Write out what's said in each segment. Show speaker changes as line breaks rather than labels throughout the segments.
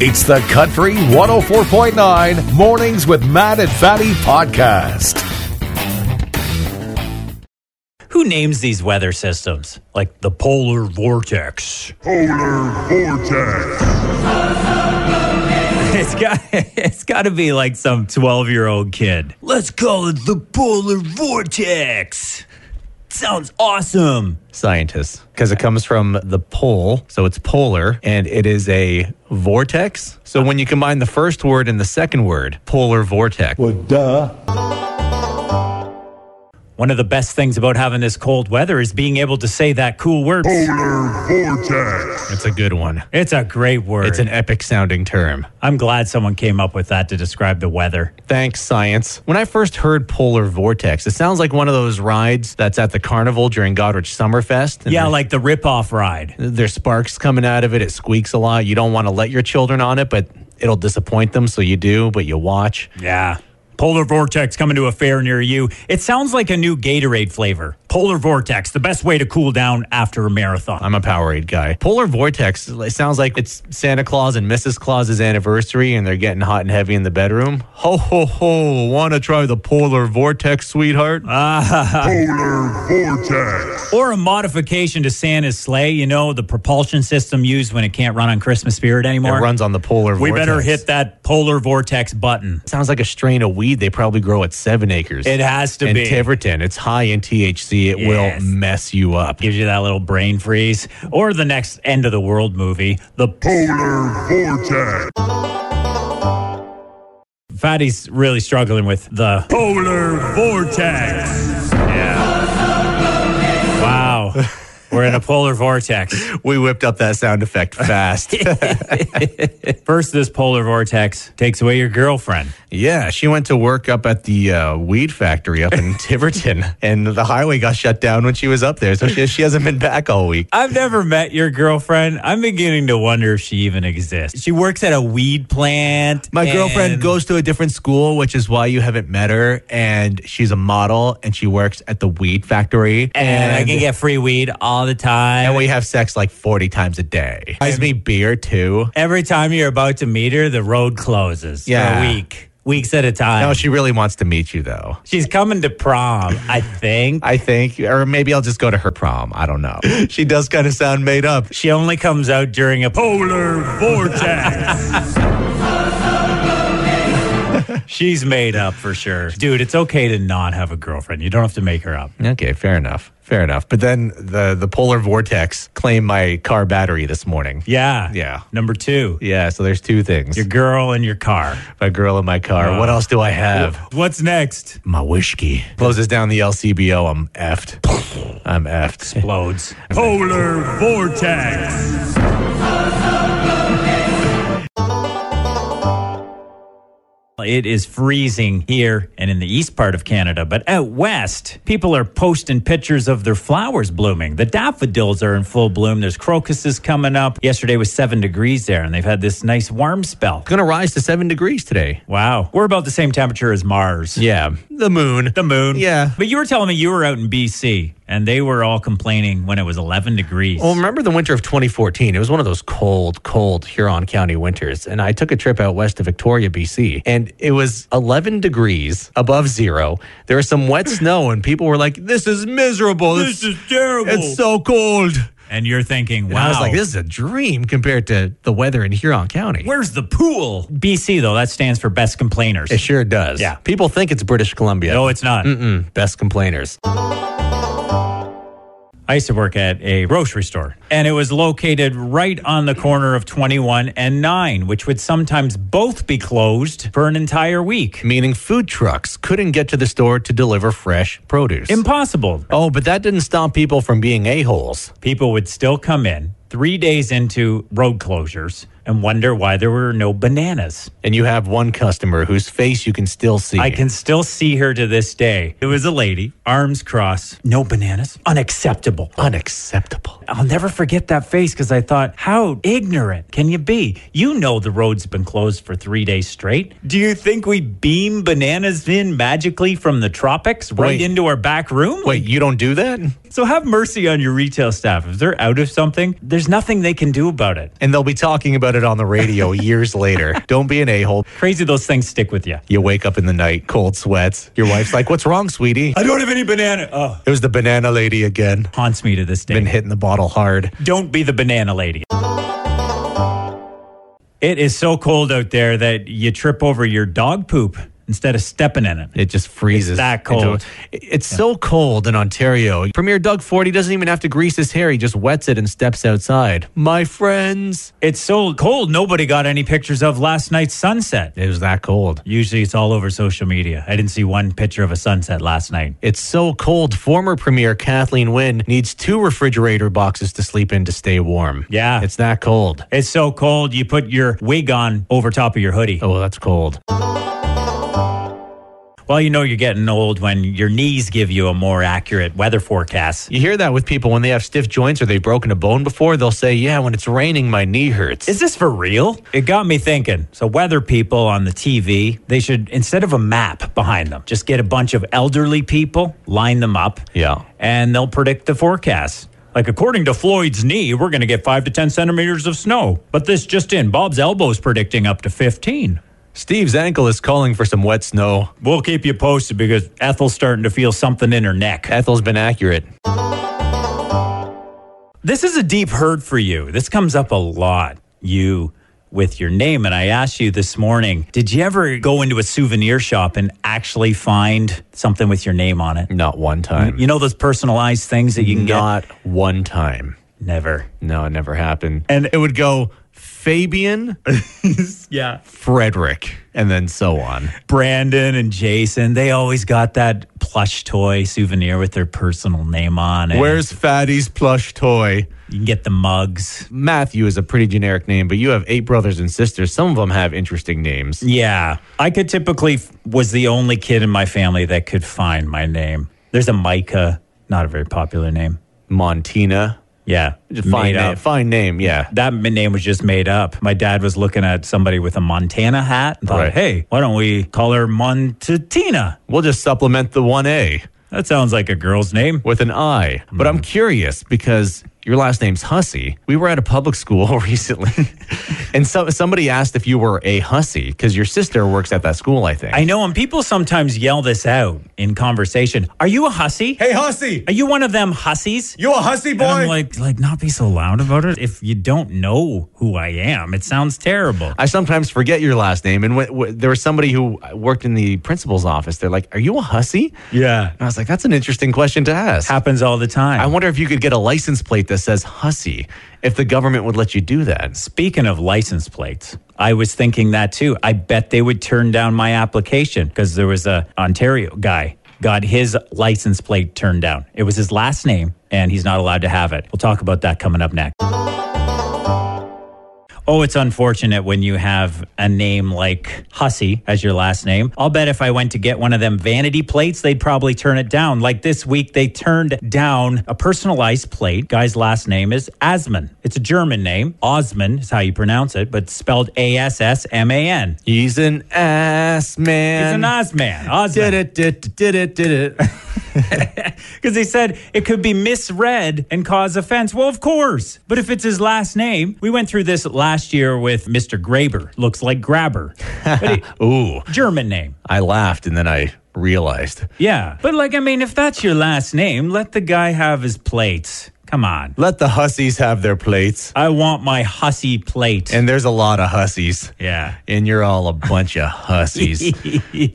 It's the Country 104.9 Mornings with Matt and Fatty podcast.
Who names these weather systems? Like the polar vortex.
Polar Vortex.
It's got it's got to be like some 12-year-old kid. Let's call it the polar vortex. Sounds awesome.
scientists because it comes from the pole, so it's polar, and it is a vortex. So when you combine the first word and the second word, polar vortex.
One of the best things about having this cold weather is being able to say that cool word.
Polar Vortex.
It's a good one.
It's a great word.
It's an epic sounding term.
I'm glad someone came up with that to describe the weather.
Thanks, science. When I first heard polar vortex, it sounds like one of those rides that's at the carnival during Godrich Summerfest. and
Yeah,
there's-
like the rip-off ride.
there's sparks coming out of it. It squeaks a lot. You don't want to let your children on it, but it'll disappoint them. So you do, but you watch.
Yeah. Polar Vortex coming to a fair near you. It sounds like a new Gatorade flavor. Polar Vortex, the best way to cool down after a marathon.
I'm a Powerade guy. Polar Vortex it sounds like it's Santa Claus and Mrs. Claus's anniversary, and they're getting hot and heavy in the bedroom. Ho ho ho! Want to try the Polar Vortex, sweetheart?
Uh-huh.
Polar Vortex.
or a modification to Santa's sleigh, you know, the propulsion system used when it can't run on Christmas spirit
it
anymore.
runs on the Polar
we
Vortex.
better hit that Polar Vortex button.
Sounds like a strain of weed they probably grow at Seven Acres.
It has to
in
be.
Tiverton. It's high in THC. It
Yes.
will mess you up.
Gives you that little brain freeze. Or the next end of the world movie. The
Polar Vortex.
fatty's really struggling with the Polar Vortex. Yeah. Wow. We're in a polar vortex.
We whipped up that sound effect fast.
First, this polar vortex takes away your girlfriend.
Yeah, she went to work up at the uh, weed factory up in Tiverton, and the highway got shut down when she was up there, so she, she hasn't been back all week.
I've never met your girlfriend. I'm beginning to wonder if she even exists. She works at a weed plant.
My girlfriend
and-
goes to a different school, which is why you haven't met her, and she's a model, and she works at the weed factory,
and I can get free weed all the time.
and we have sex like forty times a day. Buys me beer too.
Every time you're about to meet her, the road closes
Yeah.
for a week, weeks at a time.
No, she really wants to meet you though.
She's coming to prom, I think.
I think, or maybe I'll just go to her prom. I don't know. She does kind of sound made up.
She only comes out during a polar vortex. She's made up for sure. Dude, it's okay to not have a girlfriend. You don't have to make her up.
Okay, fair enough. Fair enough. But then the the polar vortex claimed my car battery this morning.
Yeah.
Yeah.
Number two.
Yeah, so there's two things.
Your Oh. girl and your car.
my girl in my car. what else do I have?
What's next?
My whiskey. Closes down the LCBO. I'm effed. I'm effed.
Loads.
Polar Vortex.
It is freezing here and in the east part of Canada, but out west, people are posting pictures of their flowers blooming. The daffodils are in full bloom. There's crocuses coming up. Yesterday was seven degrees there, and they've had this nice warm spell.
Gonna rise to seven degrees today.
Wow. We're about the same temperature as Mars.
Yeah. The moon.
The moon.
Yeah.
But you were telling me you were out in BC and they were all complaining when it was 11 degrees.
Well, remember the winter of 2014? It was one of those cold, cold Huron County winters. And I took a trip out west to Victoria, BC, and it was 11 degrees above zero. There was some wet snow, and people were like, This is miserable.
this
It's-
is terrible.
It's so cold.
and you're thinking, wow.
And I was like, This is a dream compared to the weather in Huron County.
Where's the pool? BC, though, that stands for best complainers.
it sure does.
Yeah.
People think it's British Columbia.
no, it's not.
Mm, Best complainers.
I used to work at a grocery store, and it was located right on the corner of 21 and 9, which would sometimes both be closed for an entire week.
Meaning food trucks couldn't get to the store to deliver fresh produce.
Impossible.
oh, but that didn't stop people from being a-holes.
People would still come in three days into road closures and wonder why there were no bananas.
and you have one customer whose face you can still see.
I can still see her to this day. It was a lady, arms crossed, no bananas, unacceptable.
Unacceptable.
I'll never forget that face because I thought, how ignorant can you be? You know the road's been closed for three days straight. Do you think we beam bananas in magically from the tropics right
Wait.
into our back room?
Wait, you don't do that?
So have mercy on your retail staff. If they're out of something, there's nothing they can do about it.
And they'll be talking about it on the radio years later. Don't be an a hole.
Crazy those things stick with you.
You wake up in the night, cold sweats. Your wife's like, What's wrong, sweetie?
I don't have any banana. Oh,
It was the banana lady again.
haunts me to this day.
Been hitting the bottle hard.
Don't be the banana lady. It is so cold out there that you trip over your dog poop instead of stepping in it.
It just freezes.
It's that
into-
cold.
it's so cold in Ontario. Premier Doug Ford, he doesn't even have to grease his hair. He just wets it and steps outside. My friends.
It's so cold, nobody got any pictures of last night's sunset.
It was that cold.
Usually it's all over social media. I didn't see one picture of a sunset last night.
It's so cold. Former Premier Kathleen Wynne needs two refrigerator boxes to sleep in to stay warm.
Yeah.
It's that cold.
It's so cold, you put your wig on over top of your hoodie.
Oh, that's cold.
Well, you know you're getting old when your knees give you a more accurate weather forecast.
You hear that with people when they have stiff joints or they've broken a bone before. They'll say, Yeah, when it's raining, my knee hurts.
Is this for real? It got me thinking. So, weather people on the TV, they should, instead of a map behind them, just get a bunch of elderly people, line them up.
Yeah.
And they'll predict the forecast. Like, according to Floyd's knee, we're going to get five to 10 centimeters of snow. But this just in, Bob's elbow's predicting up to 15.
Steve's ankle is calling for some wet snow.
We'll keep you posted because Ethel's starting to feel something in her neck.
Ethel's been accurate.
This is a deep hurt for you. This comes up a lot. You with your name. And I asked you this morning, did you ever go into a souvenir shop and actually find something with your name on it?
Not one time.
You know those personalized things that you can
Not one time.
get? Never.
No, it never happened.
And-
it would go Fabian,
Yeah.
Frederick, and then so on.
Brandon and Jason, they always got that plush toy souvenir with their personal name on it.
Where's Fatty's plush toy?
you can get the mugs.
Matthew is a pretty generic name, but you have eight brothers and sisters. Some of them have interesting names.
Yeah. I could typically was the only kid in my family that could find my name. There's a Micah, not a very popular name.
Montina.
Yeah.
Fine
made
name.
up.
Fine name, yeah.
That m- name was just made up. My dad was looking at somebody with a Montana hat and thought,
Right.
hey, why don't we call her Montatina?
We'll just supplement the 1A
That sounds like a girl's name.
with an I. But I'm curious because your last name's Hussey. We were at a public school recently, and so, somebody asked if you were a Hussy because your sister works at that school, I think.
I know, and people sometimes yell this out in conversation. Are you a hussy?
hey, Hussy!
Are you one of them hussies?
You a Hussy boy?
And I'm like, like, not be so loud about it. If you don't know who I am, it sounds terrible.
I sometimes forget your last name. And when, when, there was somebody who worked in the principal's office. They're like, Are you a hussy?
yeah.
And I was like, That's an interesting question to ask.
Happens all the time.
I wonder if you could get a license plate that says hussy if the government would let you do that.
Speaking of license plates, I was thinking that too. I bet they would turn down my application because there was a Ontario guy got his license plate turned down. It was his last name and he's not allowed to have it. We'll talk about that coming up next. Oh, it's unfortunate when you have a name like Hussey as your last name. I'll bet if I went to get one of them vanity plates, they'd probably turn it down. Like this week, they turned down a personalized plate. Guy's last name is Asman. It's a German name. Osman is how you pronounce it, but spelled A S S M A N.
He's an ass
It's an
man.
Osman.
Did
Osman.
it, did it, did it, did it.
Because they said it could be misread and cause offense. Well, of course. But if it's his last name, we went through this last year with Mr. Graber. Looks like Grabber. But it-
Ooh,
German name.
I laughed and then I realized.
Yeah. But, like, I mean, if that's your last name, let the guy have his plates. Come on.
Let the hussies have their plates.
I want my hussy plate.
And there's a lot of hussies.
yeah.
And you're all a bunch of hussies.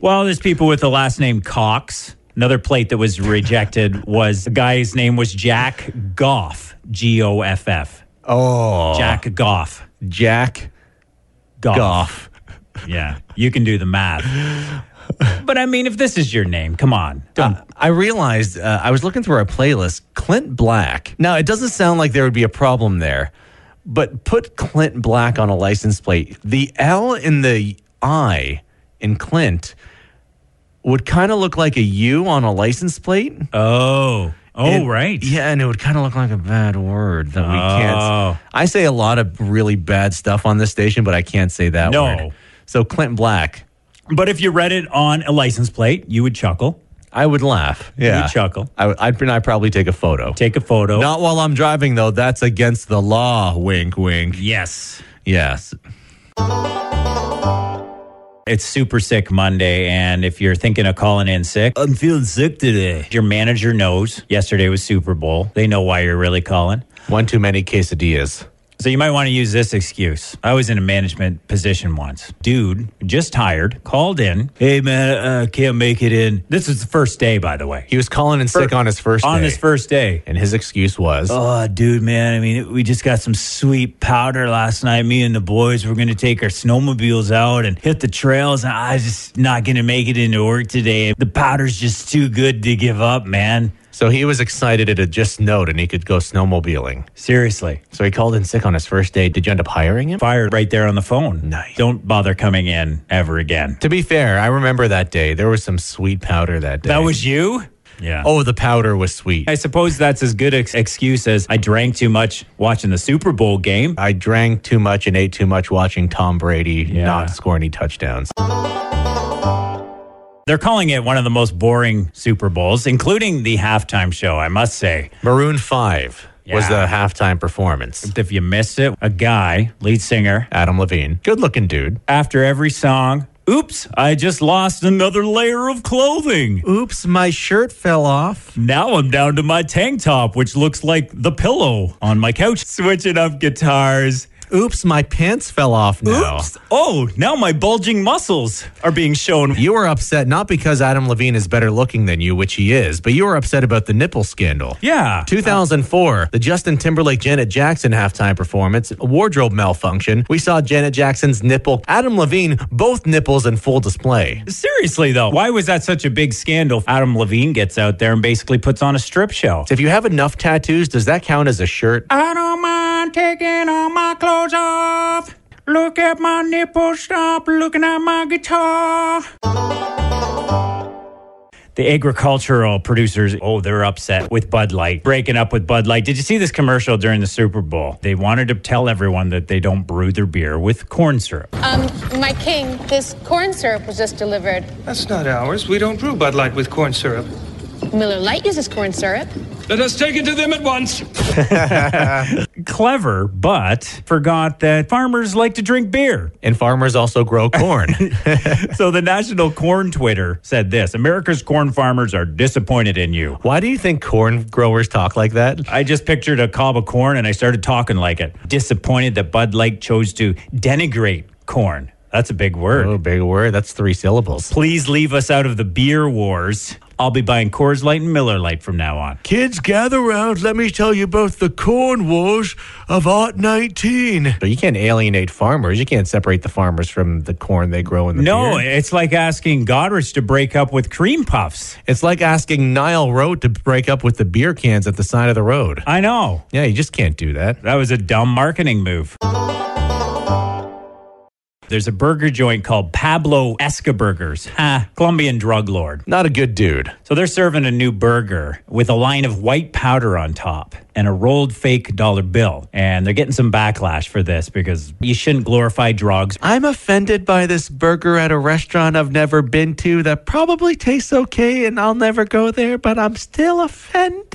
well, there's people with the last name Cox. Another plate that was rejected was the guy's name was Jack Goff. G O F F.
Oh,
Jack Goff.
Jack
Goff.
Goff.
Yeah. You can do the math. But I mean, if this is your name, come on. Don't.
Uh, I realized uh, I was looking through our playlist, Clint Black. Now, it doesn't sound like there would be a problem there, but put Clint Black on a license plate. The L and the I in Clint would kind of look like a U on a license plate.
oh. Oh,
And-
right.
Yeah, and it would kind of look like a bad word that we
Oh.
can't. I say a lot of really bad stuff on this station, but I can't say that
No.
word. So, Clint Black.
But if you read it on a license plate, you would chuckle.
I would laugh. Yeah.
chuckle.
I would, I'd, and I'd probably take a photo.
Take a photo.
Not while I'm driving, though. That's against the law. Wink, wink.
Yes.
Yes.
It's Super Sick Monday, and if you're thinking of calling in sick, I'm feeling sick today. Your manager knows. Yesterday was Super Bowl. They know why you're really calling.
One too many quesadillas.
So you might want to use this excuse. I was in a management position once. Dude, just hired, called in. Hey man, I can't make it in. This was the first day, by the way.
He was calling in sick on his first
on
day.
his first day.
and his excuse was,
Oh, dude, man. I mean, we just got some sweet powder last night. Me and the boys were going to take our snowmobiles out and hit the trails. And I was just not going to make it into work today. The powder's just too good to give up, man.
so he was excited it had just snowed and he could go snowmobiling.
Seriously.
So he called in sick on his first day. Did you end up hiring him?
Fired right there on the phone.
Nice.
Don't bother coming in ever again.
To be fair, I remember that day. There was some sweet powder that day.
That was you? Yeah.
oh, the powder was sweet.
I suppose that's as good an excuse as I drank too much watching the Super Bowl game.
I drank too much and ate too much watching Tom Brady not score any touchdowns.
They're calling it one of the most boring Super Bowls, including the halftime show, I must say.
Maroon 5 was the
Yeah.
halftime performance.
If you missed it, a guy, lead singer,
Adam Levine, good looking dude.
after every song, oops, I just lost another layer of clothing.
Oops, my shirt fell off.
Now I'm down to my tank top, which looks like the pillow on my couch. Switching up guitars.
Oops, my pants fell off now.
Oops. Oh, now my bulging muscles are being shown.
You were upset not because Adam Levine is better looking than you, which he is, but you were upset about the nipple scandal.
Yeah.
2004, the Justin Timberlake Janet Jackson halftime performance, a wardrobe malfunction. We saw Janet Jackson's nipple, Adam Levine, both nipples in full display.
Seriously, though, why was that such a big scandal? Adam Levine gets out there and basically puts on a strip show.
If you have enough tattoos, does that count as a shirt?
I don't mind taking all my clothes off. Look at my nipple, stop looking at my guitar. The agricultural producers, oh, they're upset with Bud Light, breaking up with Bud Light. Did you see this commercial during the Super Bowl? They wanted to tell everyone that they don't brew their beer with corn syrup.
Um, my king, this corn syrup was just delivered.
That's not ours. We don't brew Bud Light with corn syrup.
Miller Lite uses corn syrup.
Let us take it to them at once.
Clever, but forgot that farmers like to drink beer.
And farmers also grow corn.
So the National Corn Twitter said this America's corn farmers are disappointed in you.
Why do you think corn growers talk like that?
I just pictured a cob of corn and I started talking like it. Disappointed that Bud Light chose to denigrate corn. That's a big word.
Oh, big word. That's three syllables.
Please leave us out of the beer wars. I'll be buying Coors Light and Miller Light from now on.
Kids, gather round. Let me tell you about the corn wars of Art 19. But you can't alienate farmers. You can't separate the farmers from the corn they grow in the
No,
beer.
it's like asking Godrich to break up with cream puffs.
It's like asking Nile Road to break up with the beer cans at the side of the road.
I know.
Yeah, you just can't do that.
That was a dumb marketing move. There's a burger joint called Pablo Escaburgers, ha, Colombian drug lord.
Not a good dude.
So they're serving a new burger with a line of white powder on top and a rolled fake dollar bill. And they're getting some backlash for this because you shouldn't glorify drugs.
I'm offended by this burger at a restaurant I've never been to that probably tastes okay and I'll never go there, but I'm still offended.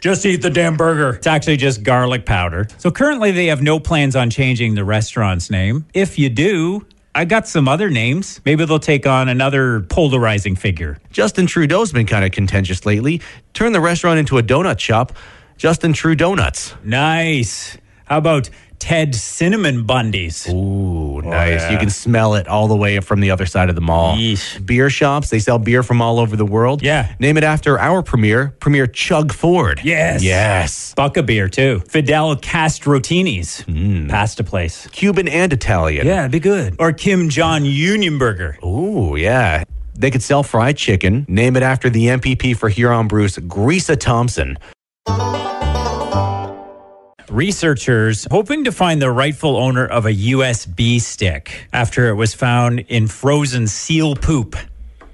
Just eat the damn burger. It's actually just garlic powder. So currently they have no plans on changing the restaurant's name. If you do, I got some other names. Maybe they'll take on another polarizing figure.
Justin Trudeau's been kind of contentious lately. Turn the restaurant into a donut shop. Justin True Donuts.
Nice. How about Ted Cinnamon Bundies? Oh,
Ooh, nice. You can smell it all the way from the other side of the mall.
Yeesh.
Beer shops, they sell beer from all over the world.
Yeah.
Name it after our premier, Premier Chug Ford.
Yes.
Yes.
Bucca beer too. Fidel Castrotini's pasta place.
Cuban and Italian.
it'd be good. Or Kim John Union Burger.
Ooh, yeah. They could sell fried chicken. Name it after the MPP for Huron Bruce, Greasa Thompson.
Researchers hoping to find the rightful owner of a USB stick after it was found in frozen seal poop.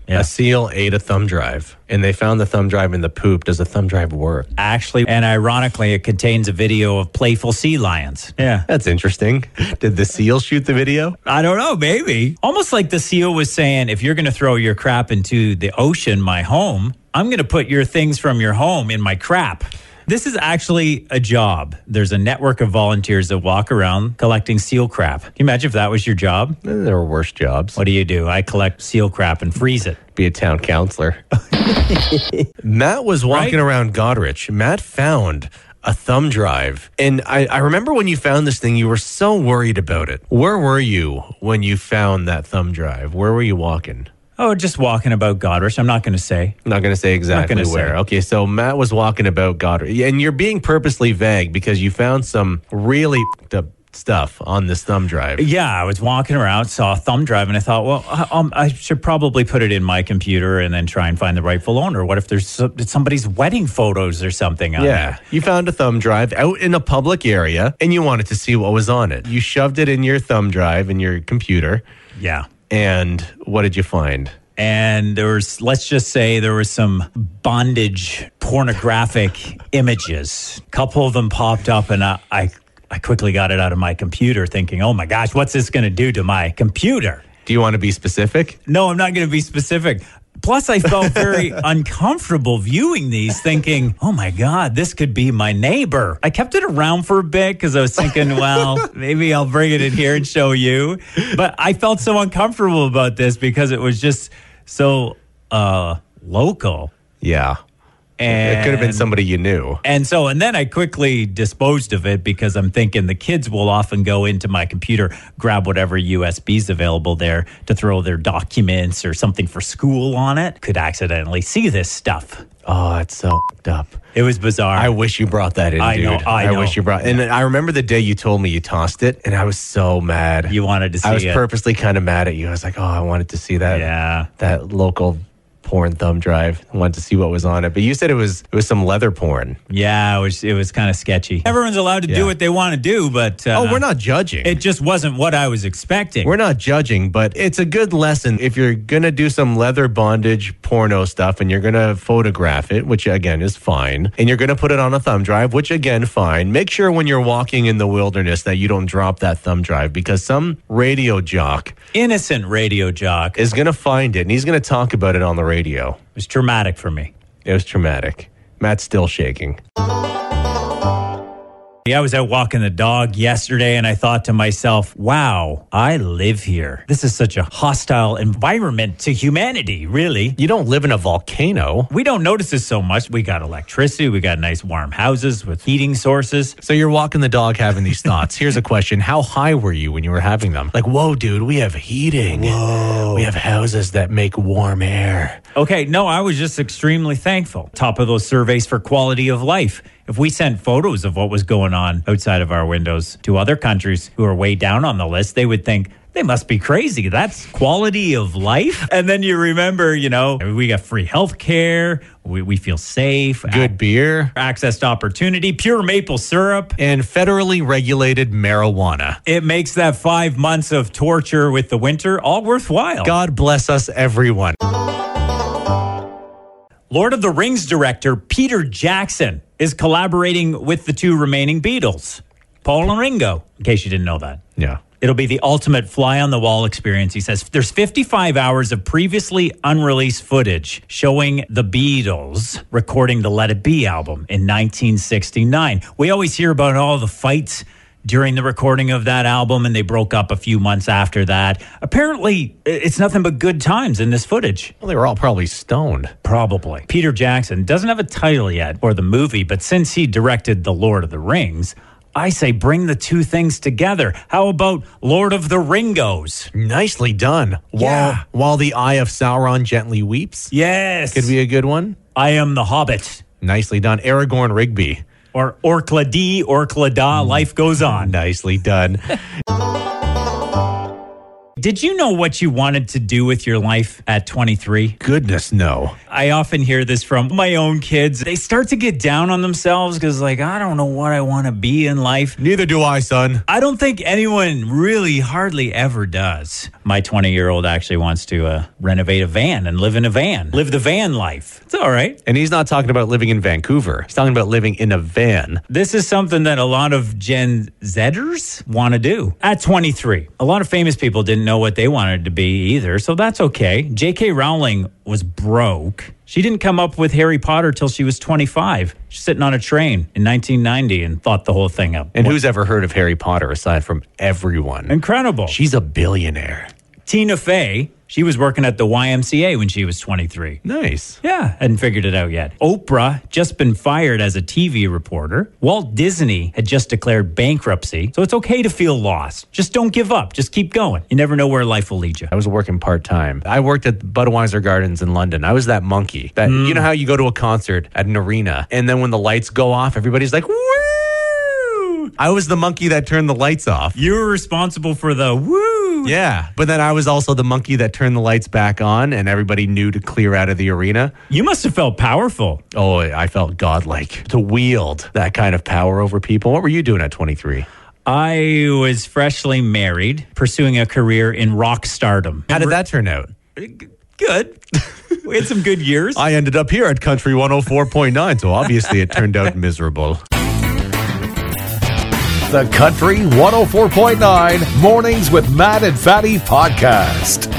Yeah.
A seal ate a thumb drive, and they found the thumb drive in the poop. Does the thumb drive work?
Actually, and ironically, it contains a video of playful sea lions. Yeah.
That's interesting. Did the seal shoot the video?
I don't know, maybe. Almost like the seal was saying, if you're going to throw your crap into the ocean, my home, I'm going to put your things from your home in my crap. This is actually a job. There's a network of volunteers that walk around collecting seal crap. Can you imagine if that was your job?
Eh, There are worse jobs.
What do you do? I collect seal crap and freeze it.
Be a town counselor. Matt was walking around Godrich. Matt found a thumb drive. And I, I remember when you found this thing, you were so worried about it. Where were you when you found that thumb drive? Where were you walking?
Oh, just walking about Godrich. I'm not going to say.
I'm not going to say exactly
gonna say.
where. Okay, so Matt was walking about Goddard, and you're being purposely vague because you found some really f***ed up stuff on this thumb drive.
Yeah, I was walking around, saw a thumb drive, and I thought, well, I- um, I should probably put it in my computer and then try and find the rightful owner. What if there's so- somebody's wedding photos or something on
Yeah, you found a thumb drive out in a public area, and you wanted to see what was on it. You shoved it in your thumb drive in your computer,
there? Yeah.
and what did you find?
And there was, let's just say, there was some bondage pornographic images. A couple of them popped up, and I, I, I quickly got it out of my computer, thinking, oh my gosh, what's this going to do to my computer?
Do you want to be specific?
No, I'm not going to be specific. Plus, I felt very uncomfortable viewing these, thinking, oh my God, this could be my neighbor. I kept it around for a bit because I was thinking, well, maybe I'll bring it in here and show you. But I felt so uncomfortable about this because it was just so uh, local.
Yeah,
And
it could have been somebody you knew.
and so, and then I quickly disposed of it because I'm thinking the kids will often go into my computer, grab whatever USB's available there to throw their documents or something for school on it. Could accidentally see this stuff.
Oh, it's so f***ed up.
It was bizarre.
I wish you brought that in,
I
dude.
know, I know.
wish you brought. And I remember the day you told me you tossed it, and I was so mad.
you wanted to see
I was
it.
purposely kind of mad at you. I was like, oh, I wanted to see that.
Yeah.
That local porn thumb drive. I wanted to see what was on it, but you said it was it was some leather porn.
Yeah, it was, it was kind of sketchy. Everyone's allowed to
Yeah.
do what they want to do, but uh,
oh, we're not judging.
It just wasn't what I was expecting.
we're not judging, but it's a good lesson. If you're gonna do some leather bondage porno stuff and you're gonna photograph it, which again is fine, and you're gonna put it on a thumb drive, which again fine. Make sure when you're walking in the wilderness that you don't drop that thumb drive because some radio jock
Innocent radio jock. It
is gonna find it and he's gonna talk about it on the radio.
was traumatic for me.
It was traumatic. Matt's still shaking.
Yeah, I was out walking the dog yesterday and I thought to myself, wow, I live here. This is such a hostile environment to humanity, really.
You don't live in a volcano.
We don't notice this so much. We got electricity, we got nice warm houses with heating sources.
So you're walking the dog having these thoughts. Here's a question How high were you when you were having them? Like, whoa, dude, we have heating. Whoa. We have houses that make warm air.
Okay, no, I was just extremely thankful. Top of those surveys for quality of life. If we sent photos of what was going on outside of our windows to other countries who are way down on the list, they would think, they must be crazy. That's quality of life. And then you remember, you know, we got free health care, we, we feel safe,
Good beer.
ac- access to opportunity, pure maple syrup.
And federally regulated marijuana.
It makes that five months of torture with the winter all worthwhile.
God bless us, everyone.
Lord of the Rings director Peter Jackson is collaborating with the two remaining Beatles, Paul and Ringo, in case you didn't know that.
Yeah.
It'll be the ultimate fly on the wall experience. He says there's 55 hours of previously unreleased footage showing the Beatles recording the Let It Be album in 1969. We always hear about all the fights during the recording of that album, and they broke up a few months after that. Apparently, i- it's nothing but good times in this footage.
Well, they were all probably stoned.
Probably. Peter Jackson doesn't have a title yet or the movie, but since he directed The Lord of the Rings, I say bring the two things together. How about Lord of the Ringos?
Nicely done. While,
Yeah.
while the eye of Sauron gently weeps.
Yes.
Could be a good one.
I am the Hobbit.
Nicely done. Aragorn Rigby.
Or Orkla D, Orkla Da, life goes on.
Nicely done.
Did you know what you wanted to do with your life at 23?
Goodness, no.
I often hear this from my own kids. They start to get down on themselves because, like, I don't know what I want to be in life.
Neither do I, son.
I don't think anyone really hardly ever does. My 20 year old actually wants to uh, renovate a van and live in a van, live the van life. It's all right.
And he's not talking about living in Vancouver. He's talking about living in a van.
This is something that a lot of Gen Zers want to do at 23. A lot of famous people didn't know what they wanted to be either, so that's okay. J.K. Rowling was broke. She didn't come up with Harry Potter till she was 25. She's sitting on a train in 1990 and thought the whole thing up.
And who's ever heard of Harry Potter aside from everyone?
Incredible.
She's a billionaire.
Tina Fey, she was working at the YMCA when she was 23.
Nice.
Yeah, hadn't figured it out yet. Oprah just been fired as a TV reporter. Walt Disney had just declared bankruptcy. So it's okay to feel lost. Just don't give up. Just keep going. You never know where life will lead you.
I was working part time. I worked at Budweiser Gardens in London. I was that monkey that you know how you go to a concert at an arena and then when the lights go off, everybody's like, "Woo!" I was the monkey that turned the lights off.
You were responsible for the woo.
Yeah, but then I was also the monkey that turned the lights back on, and everybody knew to clear out of the arena.
You must have felt powerful.
Oh, I felt godlike to wield that kind of power over people. What were you doing at 23?
I was freshly married, pursuing a career in rock stardom.
How did that turn out?
Good. we had some good years.
I ended up here at Country 104.9, so obviously it turned out miserable.
oh The Country 104.9 Mornings with Matt and Fatty podcast.